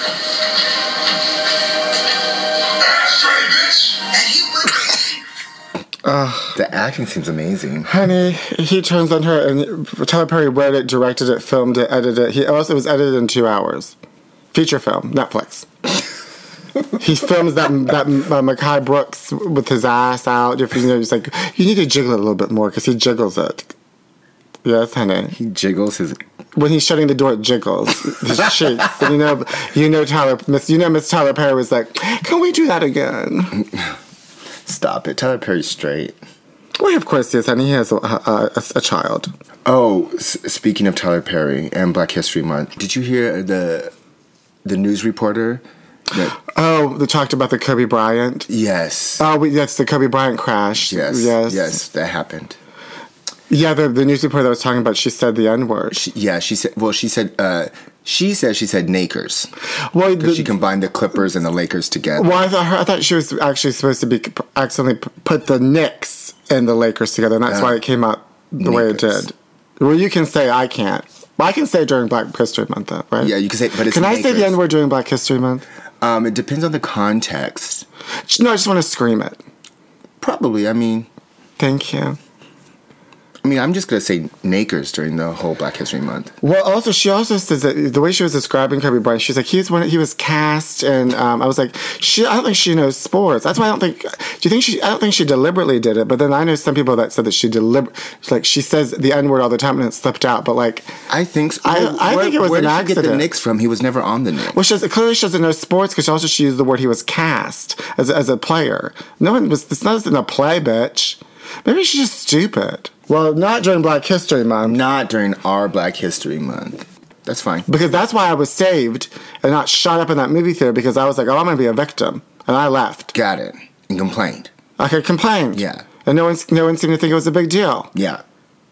S6: Head straight, bitch. And you would.
S2: The acting seems amazing.
S1: Honey, he turns on her, and Tyler Perry wrote it, directed it, filmed it, edited it. He also it was edited in two hours. Feature film, Netflix. he films that that uh, Makai Brooks with his ass out. If you know, he's like, you need to jiggle it a little bit more because he jiggles it. Yes, honey.
S2: He jiggles his.
S1: when he's shutting the door, it jiggles his cheeks. And you know, you know, Tyler, Miss, you know, Miss Tyler Perry was like, "Can we do that again?"
S2: Stop it. Tyler Perry's straight.
S1: Well, of course, yes, honey. He has a, a, a, a child.
S2: Oh, s- speaking of Tyler Perry and Black History Month, did you hear the the news reporter? That,
S1: Oh, they talked about the Kobe Bryant.
S2: yes.
S1: Oh, we, yes, the Kobe Bryant crash.
S2: Yes.
S1: yes,
S2: Yes. that happened.
S1: Yeah, the, the news reporter that was talking about, she said the N word.
S2: She, yeah, she said. Well, she said. Uh, she said she said Nakers.
S1: Well, the,
S2: She combined the Clippers and the Lakers together.
S1: well, I thought her, I thought she was actually supposed to be accidentally p- put the Knicks and the Lakers together, and that's
S2: Uh,
S1: why it came out the way it
S2: Knickers.
S1: did. Well, you can say I can't. Well, I can say during Black History Month, though, right?
S2: Yeah, you can say, but it's
S1: Can I say the
S2: Lakers.
S1: N word during Black History Month?
S2: Um, it depends on the context.
S1: No, I just want to scream it.
S2: Probably. I mean,
S1: Thank you.
S2: I mean, I'm just gonna say Nakers during the whole Black History Month.
S1: Well, also she also says that the way she was describing Kobe Bryant, she's like he's one. He was cast, and um, I was like, she. I don't think she knows sports. That's why I don't think. Do you think she? I don't think she deliberately did it. But then I know some people that said that she deliberately, like she says the N word all the time and it slipped out. But like,
S2: I think. So.
S1: I- I think it was
S2: where
S1: an
S2: did She get the
S1: accident.
S2: Knicks from? He was never on the Knicks.
S1: well, she clearly she doesn't know sports because also she used the word he was cast as a, as a player. No one was. It's not in a play, bitch. Maybe she's just stupid. Well, not during Black History Month.
S2: Not during our Black History Month. That's fine.
S1: because that's why I was saved and not shot up in that movie theater because I was like, oh, I'm gonna be a victim, and I left.
S2: Got it. And complained.
S1: I could complain.
S2: Yeah.
S1: And no one, no one seemed to think it was a big deal.
S2: Yeah.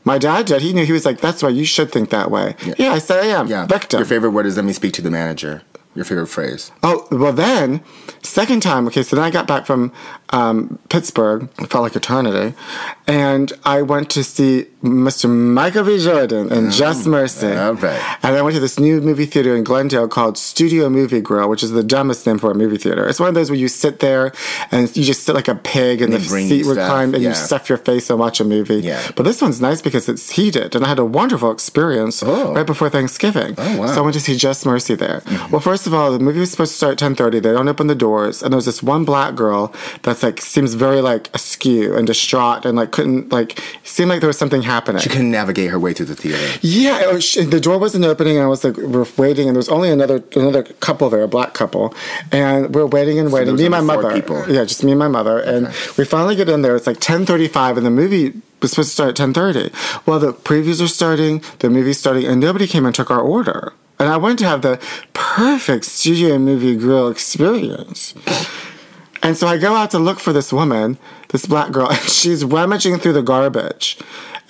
S1: My dad did. He knew. He was like, "That's why you should think that way." Yeah, I said I am.
S2: Yeah.
S1: Victim.
S2: Your favorite word is let me speak to the manager. Your favorite phrase.
S1: Oh, well, then, second time, okay, so then I got back from um, Pittsburgh, it felt like eternity, and I went to see Mr. Michael V. Jordan and Just Mercy.
S2: Oh, all right.
S1: And I went to this new movie theater in Glendale called Studio Movie Grill, which is the dumbest name for a movie theater. It's one of those where you sit there and you just sit like a pig and,
S2: they
S1: the
S2: bring you
S1: seat
S2: stuff,
S1: reclined and
S2: yeah.
S1: you stuff your face and watch a movie.
S2: Yeah.
S1: But this one's nice because it's heated, and I had a wonderful experience
S2: Oh.
S1: right before Thanksgiving.
S2: Oh, wow.
S1: So I went to see Just Mercy there. Well, first of all, the movie was supposed to start at 10.30. They don't open the doors. And there was this one black girl that's like, seems very like askew and distraught and like couldn't, like, seemed like there was something happening.
S2: She couldn't navigate her way through the theater.
S1: Yeah, it was- she- the door wasn't opening, and I was like, we're waiting, and there was only another another couple there, a black couple, and we're waiting and waiting.
S2: there was
S1: me and my
S2: only four
S1: mother,
S2: people.
S1: yeah, just me and my mother, and we finally get in there. It's like ten thirty five, and the movie was supposed to start at ten thirty. Well, the previews are starting, the movie's starting, and nobody came and took our order. And I wanted to have the perfect studio movie grill experience. And so I go out to look for this woman, this black girl, and she's rummaging through the garbage.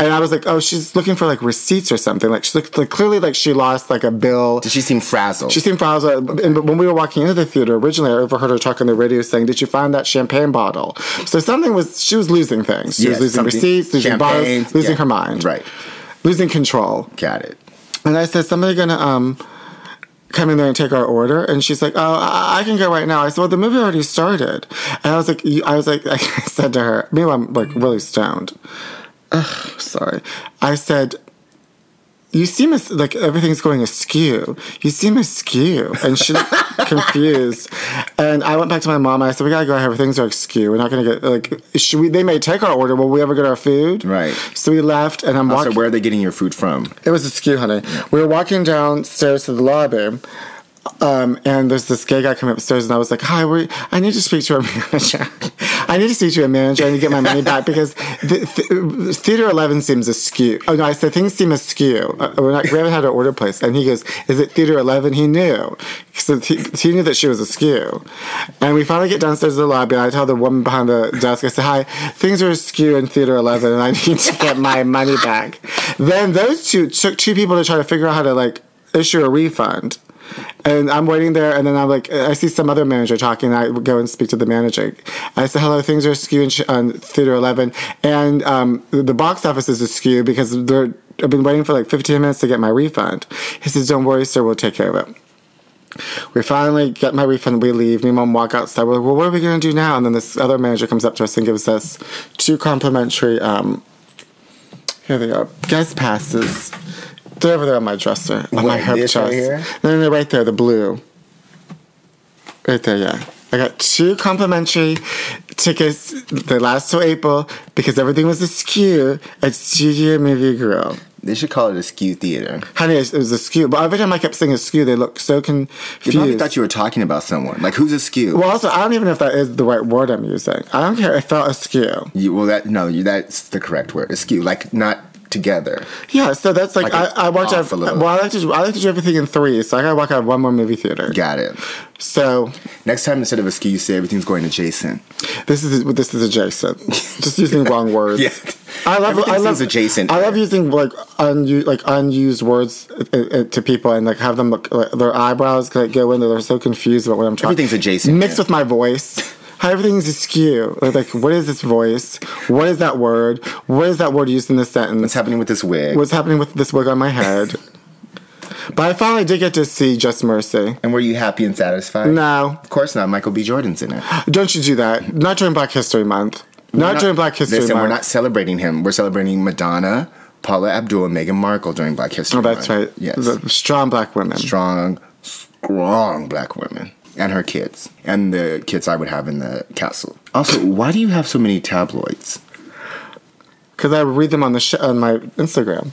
S1: And I was like, oh, she's looking for like receipts or something. Like she looked like clearly like she lost like a bill.
S2: Did she seem frazzled?
S1: She seemed frazzled. And when we were walking into the theater originally, I overheard her talk on the radio saying, "Did you find that champagne bottle?" So something was she was losing things. She
S2: Yes,
S1: was losing
S2: something-
S1: receipts, losing
S2: champagne,
S1: bottles, losing
S2: yeah.
S1: her mind,
S2: Right.
S1: Losing control.
S2: Got it.
S1: And I said, somebody gonna um come in there and take our order? And she's like, oh, I, I can go right now. I said, well, the movie already started. And I was like, you- I was like, I said to her, meanwhile, I'm like really stoned. Ugh, sorry. I said, you seem as, like everything's going askew. You seem askew. And she looked confused. And I went back to my mom. And I said, we gotta go ahead. Things are askew. We're not gonna get like, should we, they may take our order. Will we ever get our food?
S2: Right.
S1: So we left and I'm
S2: Also,
S1: walking.
S2: where are they getting your food from?
S1: It was a skew, honey. We were walking downstairs to the lobby. Um, and there's this gay guy coming upstairs, and I was like, "Hi, we I need to speak to a manager. I need to speak to a manager. I need to get my money back because the, th- Theater Eleven seems askew. Oh no, I said things seem askew. Uh, we're not, we haven't had an order place." And he goes, "Is it Theater 11? He knew, so he, he knew that she was askew. And we finally get downstairs to the lobby, and I tell the woman behind the desk, "I said, hi, things are askew in Theater 11, and I need to get my money back." Then those two took two people to try to figure out how to like issue a refund. And I'm waiting there, and then I'm like, I see some other manager talking. And I go and speak to the manager. I said, "Hello, things are askew in Ch- on Theater 11, and um, the the box office is askew because they're, I've been waiting for like 15 minutes to get my refund." He says, "Don't worry, sir. We'll take care of it." We finally get my refund. We leave. Me and mom walk outside. We're like, "Well, what are we gonna do now?" And then this other manager comes up to us and gives us two complimentary. Um, here they are, guest passes. They're over there on my dresser, on my
S2: What,
S1: herb
S2: this
S1: chest.
S2: right here?
S1: No, no, no, right there, the blue. Right there, yeah. I got two complimentary tickets. They last till April because everything was askew at Studio Movie Grill.
S2: They should call it a skew theater.
S1: Honey, it was askew. But every time I kept saying askew, they looked so confused.
S2: You probably thought you were talking about someone. Like who's a skew?
S1: Well, also, I don't even know if that is the right word I'm using. I don't care. It felt askew.
S2: You, well, that no, you, that's the correct word. Askew, like not together.
S1: Yeah, so that's like,
S2: Like
S1: I,
S2: it's
S1: I watch out.
S2: off a little.
S1: Well, I like to do, I like to do everything in three, so I gotta walk out of one more movie theater.
S2: Got it.
S1: So
S2: Next time, instead of askew, you say everything's going adjacent.
S1: this is this is adjacent. Just using wrong words.
S2: Yeah.
S1: I love
S2: Everything
S1: I love
S2: seems adjacent.
S1: I love using like unused like unused words uh, uh, to people and like have them look like their eyebrows like go in. They're so confused about what I'm talking.
S2: Everything's adjacent,
S1: Mixed
S2: yeah.
S1: with my voice. How everything's askew. Like, like, what is this voice? What is that word? What is that word used in this sentence?
S2: What's happening with this wig?
S1: what's happening with this wig on my head. but I finally did get to see Just Mercy.
S2: and were you happy and satisfied?
S1: No,
S2: Of course not. Michael B. Jordan's in it.
S1: don't you do that. Not during Black History Month. Not, during Black History
S2: Listen,
S1: Month.
S2: we're not celebrating him. We're celebrating Madonna, Paula Abdul, and Meghan Markle during Black History
S1: Oh, that's
S2: Month.
S1: right.
S2: Yes.
S1: The strong black women.
S2: strong, strong black women and her kids and the kids I would have in the castle. Also, why do you have so many tabloids?
S1: Because I read them on the sh- on my Instagram.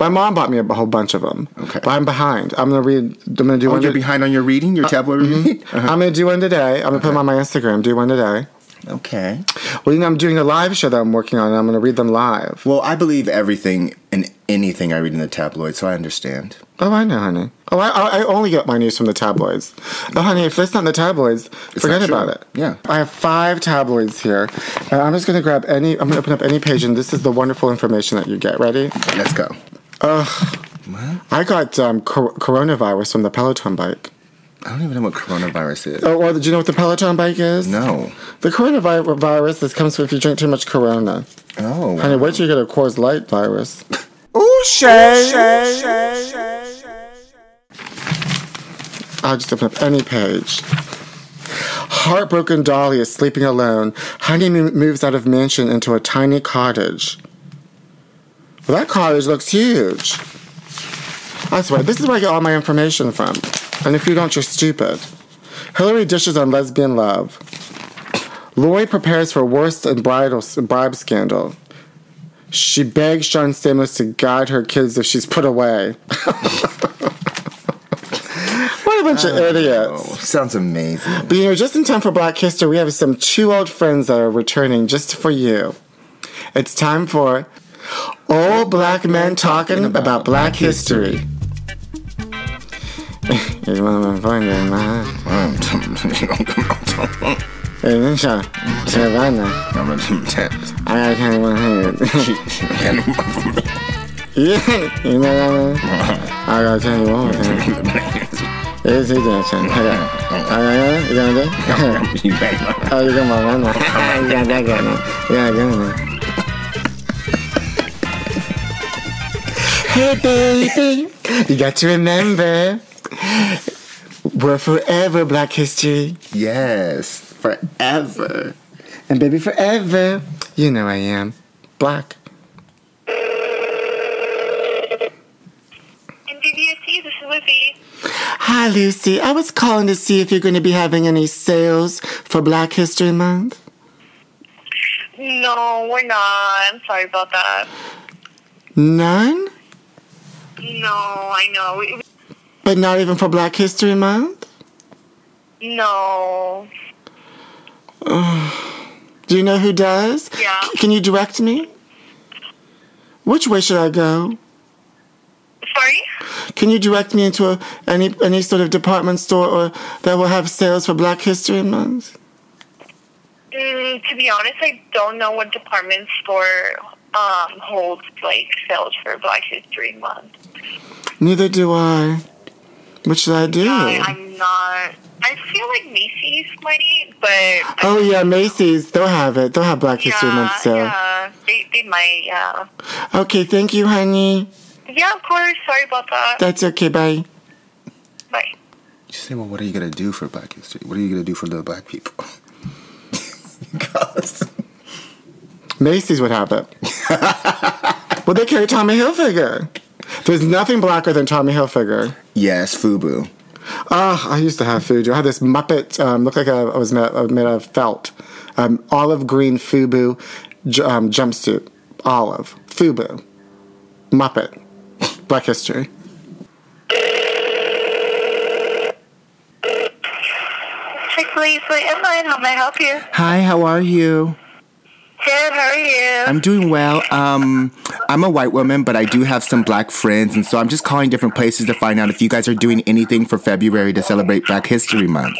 S1: My mom bought me a whole bunch of them.
S2: Okay.
S1: But I'm behind. I'm gonna read. I'm gonna do
S2: Oh,
S1: one.
S2: you're
S1: to-
S2: behind on your reading,
S1: Uh,
S2: your tabloid
S1: mm-hmm.
S2: reading? Uh-huh.
S1: I'm gonna do one today. I'm gonna put them on my Instagram. Do one today.
S2: Okay.
S1: Well, you know, I'm doing a live show that I'm working on, and I'm gonna read them live.
S2: Well, I believe everything and anything I read in the tabloid, so I understand.
S1: Oh, I know, honey. Oh, I, I I only get my news from the tabloids. Oh, honey, if that's not in the tabloids, forget
S2: not true.
S1: about it.
S2: Yeah.
S1: I have five tabloids here, and I'm just gonna grab any. I'm gonna open up any page, and this is the wonderful information that you get. Ready?
S2: Let's go.
S1: I got um, cor- coronavirus from the Peloton bike.
S2: I don't even know what coronavirus is.
S1: Oh, or do you know what the Peloton bike is?
S2: No.
S1: The coronavirus this comes if you drink too much Corona.
S2: Oh.
S1: Honey, wait till you get a Coors Light virus.
S2: Ooh,
S1: I'll just open up any page. Heartbroken Dolly is sleeping alone. Honey mo- moves out of mansion into a tiny cottage. Well, that cottage looks huge. I swear, this is where I get all my information from. And if you don't, you're stupid. Hillary dishes on lesbian love. Lori prepares for worst and bridal, bribe scandal. She begs John Stamos to guide her kids if she's put away. what a bunch of idiots.
S2: Oh, sounds amazing.
S1: But you know, just in time for Black History, we have some two old friends that are returning just for you. It's time for Old Black Men Talking About, Black History. Here's one of my findings, man. Hey, Nisha, Savannah, I gotta tell you one thing. Yeah, you know what I mean? I gotta tell you one more thing. It's a dancing. I got it. You gonna do it? Oh, you got my one. You got that guy now. Yeah, got Hey, baby. You got to remember We're forever Black History.
S2: Yes, forever.
S1: And baby, forever. You know I am. Black.
S7: BBSC, this is Lizzie.
S1: Hi, Lucy. I was calling to see if you're going to be having any sales for Black History Month.
S7: No, we're not. I'm sorry about that.
S1: None?
S7: No, I know. We,
S1: But not even for Black History Month?
S7: we- no.
S1: Do you know who does?
S7: Yeah.
S1: C- Can you direct me? Which way should I go?
S7: Sorry?
S1: Can you direct me into a, any any sort of department store or that will have sales for Black History Month?
S7: Mm, to be honest, I don't know what department store um, holds like sales for Black History Month.
S1: Neither do I. What should I do?
S7: I, I'm not. I feel like Macy's might, but
S1: oh yeah, Macy's. They'll have it. They'll have Black History
S7: yeah,
S1: Month sale.
S7: yeah, they they might. Yeah.
S1: Okay, thank you, honey.
S7: Yeah, of course. Sorry about that.
S1: That's okay. Bye.
S7: Bye.
S2: You say, well, what are you gonna do for Black History? What are you gonna do for the black people? Because
S1: Macy's would have it. well, they carry Tommy Hilfiger. There's nothing blacker than Tommy Hilfiger.
S2: yes, FUBU.
S1: Ah, I used to have Fubu. I had this Muppet, um, looked like I was made, uh, made of felt, um, olive green Fubu j- um, jumpsuit, olive Fubu, Muppet, Black History.
S7: Chick Fil-A's Fleet Inline. How may I help you?
S2: Hi, how are you?
S7: Good. How are you?
S2: I'm doing well. Um, I'm a white woman, but I do have some black friends, and so I'm just calling different places to find out if you guys are doing anything for February to celebrate Black History Month.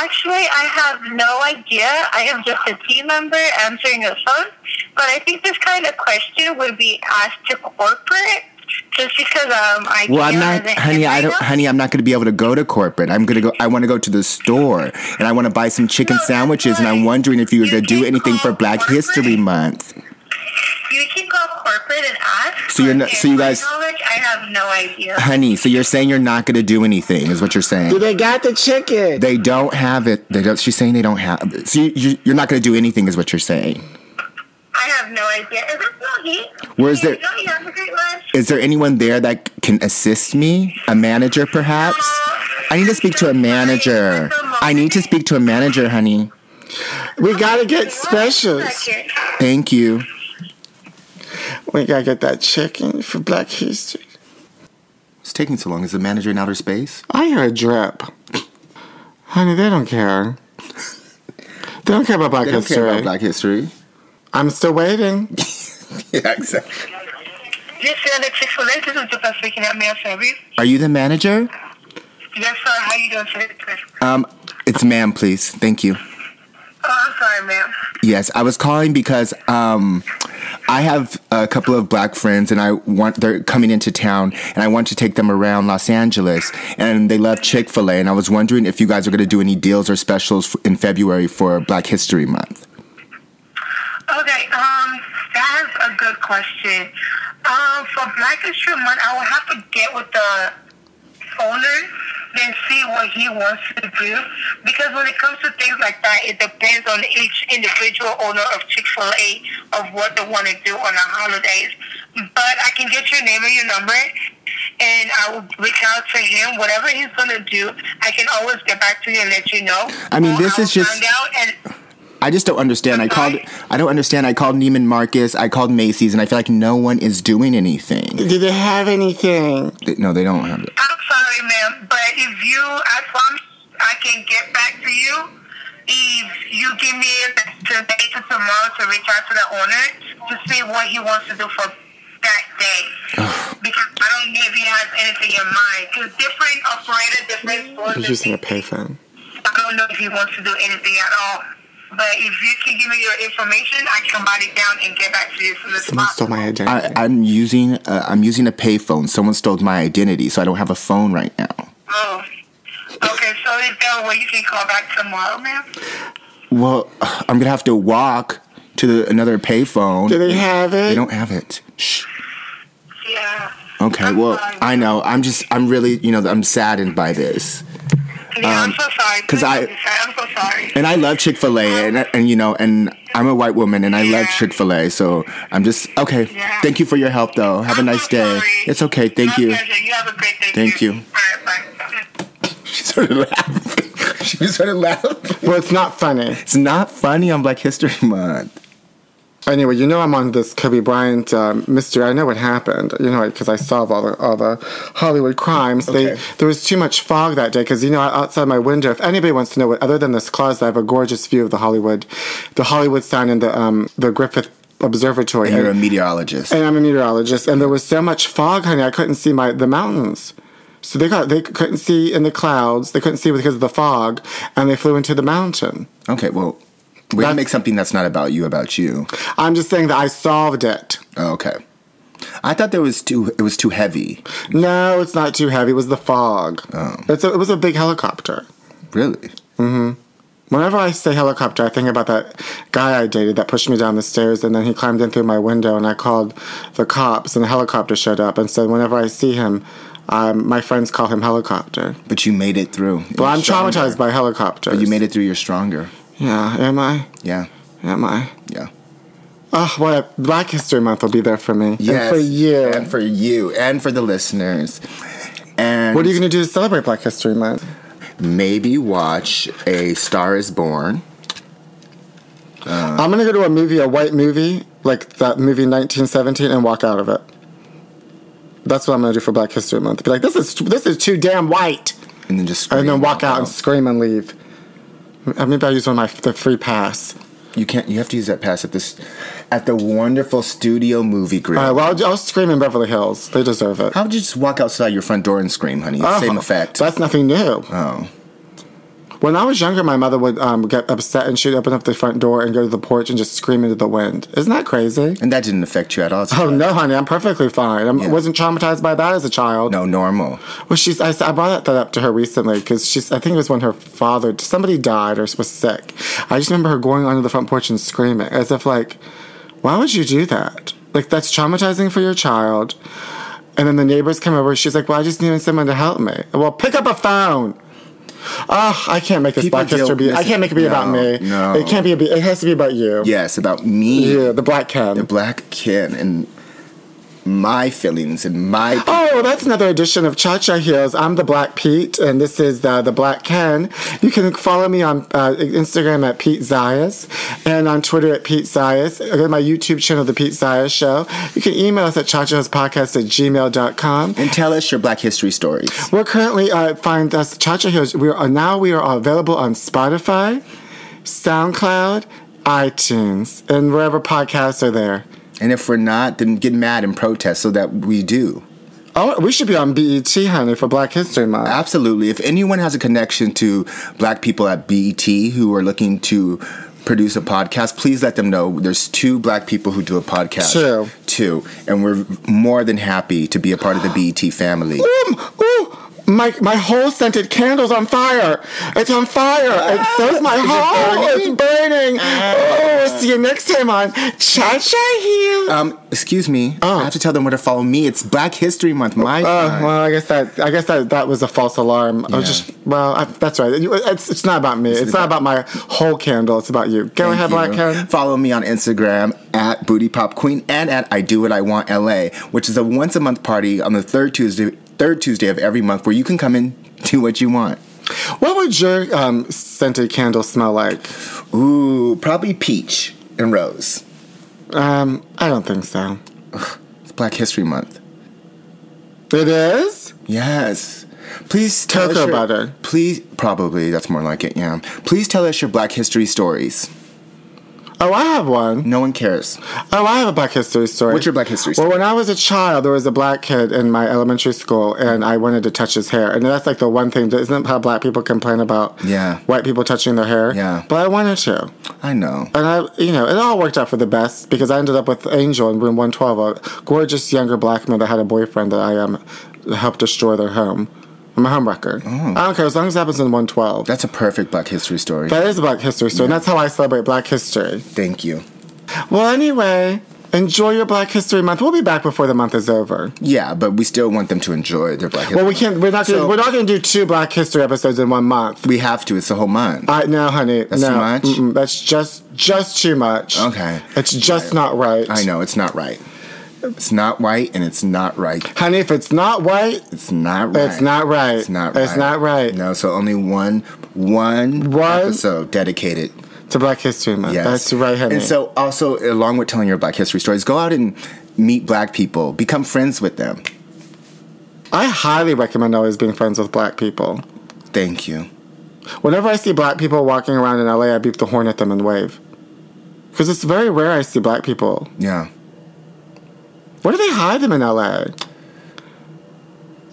S7: Actually, I have no idea. I am just a team member answering a phone. But I think this kind of question would be asked to corporate, just because um I.
S2: Well, I'm
S7: can't
S2: not,
S7: as a
S2: honey. I
S7: right
S2: don't,
S7: now.
S2: honey. I'm not going to be able to go to corporate. I'm gonna go. I want to go to the store, and I want to buy some chicken
S7: No, that's
S2: sandwiches. And I'm
S7: fine.
S2: wondering if you were
S7: You
S2: going to do
S7: can
S2: anything for
S7: call
S2: Black
S7: corporate.
S2: History Month.
S7: You can call corporate and ask.
S2: So you're
S7: for
S2: not- so you
S7: my
S2: guys- Uh-huh.
S7: Knowledge, I have no idea.
S2: Honey, so you're saying you're not going to do anything, is what you're saying?
S1: They got the chicken.
S2: They don't have it. They don't. She's saying they don't have. It. So you, you, you're not going to do anything, is what you're saying?
S7: I have no idea. Is it Yogi?
S2: Where's
S7: Hey,
S2: it-
S7: Yogi, have a great lunch.
S2: Is there anyone there that can assist me? A manager, perhaps? I need to speak to a manager. I need to speak to a manager, honey.
S1: We gotta get
S7: One
S1: specials.
S7: second.
S2: Thank you.
S1: We gotta get that chicken for Black History.
S2: It's taking so long. Is the manager in outer space?
S1: I hear a drip. Honey, they don't care. They don't care about Black
S2: They don't
S1: History.
S2: care about Black History.
S1: I'm still waiting.
S2: Yeah, exactly.
S7: This is Alex Chick-fil-A. This is the best we can have. May I serve you?
S2: Are you the manager?
S7: Yes, sir. How you doing today? Oh,
S2: Um, it's ma'am, please. Thank you.
S7: I'm sorry, ma'am.
S2: Yes, I was calling because um, I have a couple of black friends, and I want they're coming into town, and I want to take them around Los Angeles, and they love Chick Fil A, and I was wondering if you guys are going to do any deals or specials f- in February for Black History Month.
S7: Okay, um, that is a good question. Um, for Black History Month, I will have to get with the owner and see what he wants to do. Because when it comes to things like that, it depends on each individual owner of Chick Fil A of what they want to do on the holidays. But I can get your name and your number, and I will reach out to him. Whatever he's gonna do, I can always get back to you and let you know.
S2: I mean,
S7: Or
S2: this
S7: I
S2: is
S7: will
S2: just-
S7: find out and
S2: I just don't understand. I called. I don't understand. I called Neiman Marcus. I called Macy's, and I feel like no one is doing anything.
S1: Do they have anything?
S2: They- No, they don't have it.
S7: I'm sorry, ma'am, but if you, I promise I can get back to you. If you give me today to tomorrow to reach out to the owner to see what he wants to do for that day. because I don't know if he has anything in mind. Because different operator, different stores,
S1: He's using a payphone.
S7: I don't know if he wants to do anything at all. But if you can give me your information, I can write it down and get back to you as soon as
S1: Someone
S7: possible.
S1: stole my
S2: I,
S1: identity.
S2: I'm using. Uh, I'm using a payphone. Someone stole my identity, so I don't have a phone right now.
S7: Oh. Okay, so is there a way you can call back tomorrow, ma'am?
S2: Well, I'm gonna have to walk to the, another payphone.
S1: Do they have it?
S2: They don't have it. Shh.
S7: Yeah.
S2: Okay,
S7: I'm
S2: well,
S7: sorry.
S2: I know. I'm just, I'm really, you know, I'm saddened by this.
S7: Yeah,
S2: Um,
S7: I'm so sorry.
S2: 'cause
S7: Please
S2: I-
S7: don't be sad. I'm so sorry.
S2: And I love Chick fil A, and, and, you know, and I'm a white woman and I love
S7: Yeah.
S2: Chick fil A. So I'm just, okay.
S7: Yeah.
S2: Thank you for your help, though. Have a
S7: I'm so
S2: nice day.
S7: sorry.
S2: It's okay. Thank
S7: My
S2: you.
S7: pleasure. You have a great day.
S2: Thank
S7: too.
S2: you.
S7: All right, bye.
S2: She started laughing. she started laughing.
S1: Well, it's not funny.
S2: It's not funny on Black History Month.
S1: Anyway, you know I'm on this Kobe Bryant um, mystery. I know what happened. You know because I solve all the all the Hollywood crimes. They,
S2: Okay.
S1: there was too much fog that day because you know outside my window. If anybody wants to know what, other than this closet, I have a gorgeous view of the Hollywood, the Hollywood sign and the um, the Griffith Observatory.
S2: You're a
S1: And-
S2: meteorologist.
S1: and I'm a meteorologist, and there was so much fog, honey, I couldn't see my the mountains. So they got they couldn't see in the clouds. They couldn't see because of the fog, and they flew into the mountain.
S2: Okay, well, we gotta
S1: That's-
S2: make something that's not about you about you.
S1: I'm just saying that I solved it.
S2: Oh, okay. I thought there was too. It was too heavy.
S1: No, it's not too heavy. It was the fog.
S2: Oh.
S1: It's a, it was a big helicopter.
S2: Really?
S1: Whenever I say helicopter, I think about that guy I dated that pushed me down the stairs, and then he climbed in through my window, and I called the cops, and the helicopter showed up. And so whenever I see him, um, my friends call him helicopter.
S2: But you made it through.
S1: Well, I'm traumatized by helicopters.
S2: But you made it through. You're stronger.
S1: Yeah, am I?
S2: Yeah.
S1: Am I?
S2: Yeah.
S1: Oh, what a Black History Month will be there for me. And
S2: Yes.
S1: for you.
S2: And for you. And for the listeners. And
S1: what are you going to do to celebrate Black History Month?
S2: maybe watch A Star Is Born.
S1: I'm going to go to a movie, a white movie, like that movie 1917, and walk out of it. That's what I'm going to do for Black History Month. Be like, this is this is too damn white,
S2: And then just scream,
S1: and then walk out and scream and leave. Uh, Maybe I'll use one of my the free pass.
S2: You can't. You have to use that pass at this, at the wonderful studio movie grill.
S1: All right, well, I'll, I'll scream in Beverly Hills. They deserve it.
S2: How would you just walk outside your front door and scream, honey? It's the Same
S1: Oh,
S2: effect.
S1: That's nothing new.
S2: Oh.
S1: When I was younger, my mother would um, get upset and she'd open up the front door and go to the porch and just scream into the wind. Isn't that crazy?
S2: And that didn't affect you at all. It's
S1: Oh
S2: like,
S1: no, honey, I'm perfectly fine. I
S2: Yeah.
S1: wasn't traumatized by that as a child.
S2: No, normal.
S1: Well, she's. I, I brought that up to her recently because she's. I think it was when her father, somebody died or was sick. I just remember her going onto the front porch and screaming as if like, why would you do that? Like that's traumatizing for your child. And then the neighbors come over. She's like, well, I just needed someone to help me. Well, pick up a phone. Oh, I can't make this
S2: People
S1: black
S2: deal
S1: history. Be,
S2: with
S1: I can't make it be
S2: this-
S1: about me.
S2: no, no.
S1: it can't be. ab- It has to be about you.
S2: Yes, about me,
S1: yeah, the black cat.
S2: the black kid, and my feelings and my.
S1: Oh, that's another edition of Cha Cha Heels. I'm the Black Pete, and this is uh, the Black Ken. You can follow me on uh, Instagram at Pete Zayas and on Twitter at Pete Zayas. Go to my YouTube channel, The Pete Zayas Show. You can email us at chachaheelspodcast at gmail.com.
S2: And tell us your black history stories.
S1: We're currently uh, find us Cha Cha Heels. We are now we are available on Spotify, SoundCloud, iTunes, and wherever podcasts are there.
S2: And if we're not, then get mad and protest so that we do.
S1: Oh, we should be on BET, honey, for Black History Month.
S2: Absolutely. If anyone has a connection to black people at BET who are looking to produce a podcast, please let them know. There's two black people who do a podcast.
S1: Two.
S2: Two. And we're more than happy to be a part of the BET family.
S1: Boom! Ooh! My, my whole scented candle's on fire. It's on fire. It so's my whole. It's burning. Uh, Oh, we'll see you next time on Cha Cha Heels.
S2: Um, excuse me. I have to tell them where to follow me. It's Black History Month. My
S1: Oh
S2: time.
S1: well, I guess that I guess that, that was a false alarm. I was
S2: Yeah.
S1: just well, I, that's right. You- It's, it's not about me. It's, not about my whole candle. It's about you. Go
S2: Thank
S1: ahead,
S2: you.
S1: Black Ken.
S2: Follow me on Instagram at Booty Pop Queen and at I Do What I Want LA, which is a once a month party on the third Tuesday third Tuesday of every month where you can come in, do what you want.
S1: What would your um, scented candle smell like?
S2: Ooh, probably peach and rose.
S1: Um, I don't think so.
S2: It's Black History Month.
S1: It is.
S2: Yes. Please tell
S1: Cocoa
S2: us your,
S1: butter.
S2: Please, probably that's more like it. Yeah. Please tell us your Black History stories.
S1: Oh, I have one.
S2: No one cares.
S1: Oh, I have a Black History story.
S2: What's your Black history
S1: Well,
S2: story?
S1: when I was a child, there was a black kid in my elementary school, and I wanted to touch his hair. And that's like the one thing, isn't that how black people complain about
S2: Yeah.
S1: white people touching their hair?
S2: Yeah.
S1: But I wanted to.
S2: I know.
S1: And I, you know, it all worked out for the best because I ended up with Angel in room 112, a gorgeous younger black man that had a boyfriend that I um, helped destroy their home. I'm a homewrecker.
S2: Oh.
S1: I don't care, as long as it happens in 112.
S2: That's a perfect Black History story.
S1: that is a black history story, and that's how I celebrate black history.
S2: Thank you.
S1: Well, anyway, Enjoy your Black History Month. We'll be back before the month is over.
S2: Yeah, but we still want them to enjoy their black.
S1: Well, we can't. We're not. Gonna,
S2: So-
S1: we're not going to do two Black History episodes in one month.
S2: We have to. It's a whole month.
S1: I no, honey. That's no,
S2: too much?
S1: Mm-mm, that's just just too much.
S2: Okay.
S1: it's just not right.
S2: I know it's not right. It's not white, and it's not right.
S1: honey. If it's not white,
S2: It's not right.
S1: It's not right.
S2: It's not right.
S1: It's not right.
S2: No, so only one, one,
S1: One-
S2: episode dedicated.
S1: to Black History Month.
S2: Yes.
S1: That's right, honey.
S2: And so, also, along with telling your Black history stories, go out and meet Black people, become friends with them.
S1: I highly recommend always being friends with Black people.
S2: Thank you.
S1: Whenever I see Black people walking around in LA, I beep the horn at them and wave. Because it's very rare I see Black people.
S2: Yeah.
S1: Where do they hide them in LA?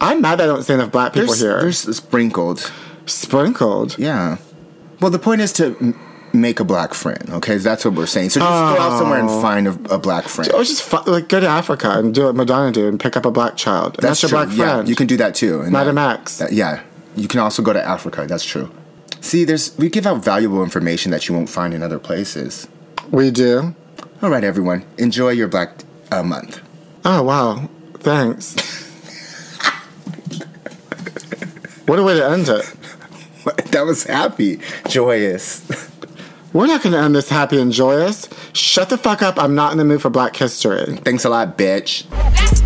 S1: I'm mad I don't see enough Black people
S2: There's,
S1: here.
S2: there's sprinkled.
S1: Sprinkled.
S2: Yeah. Well, the point is to m- make a black friend, okay? That's what we're saying. So just go out somewhere
S1: Oh.
S2: and find a, a black friend.
S1: Or just fu- like go to Africa and do what Madonna did and pick up a Black child. And that's, your
S2: true.
S1: Black
S2: Yeah,
S1: friend.
S2: you can do that too. And
S1: Madam
S2: that-
S1: X.
S2: that- yeah. You can also go to Africa. That's true. See, there's we give out valuable information that you won't find in other places.
S1: we do.
S2: All right, everyone. Enjoy your Black uh, Month.
S1: Oh wow! Thanks. what a way to end it.
S2: that was happy, joyous.
S1: We're not going to end this happy and joyous. Shut the fuck up! I'm not in the mood for Black History.
S2: Thanks a lot, bitch.
S5: That's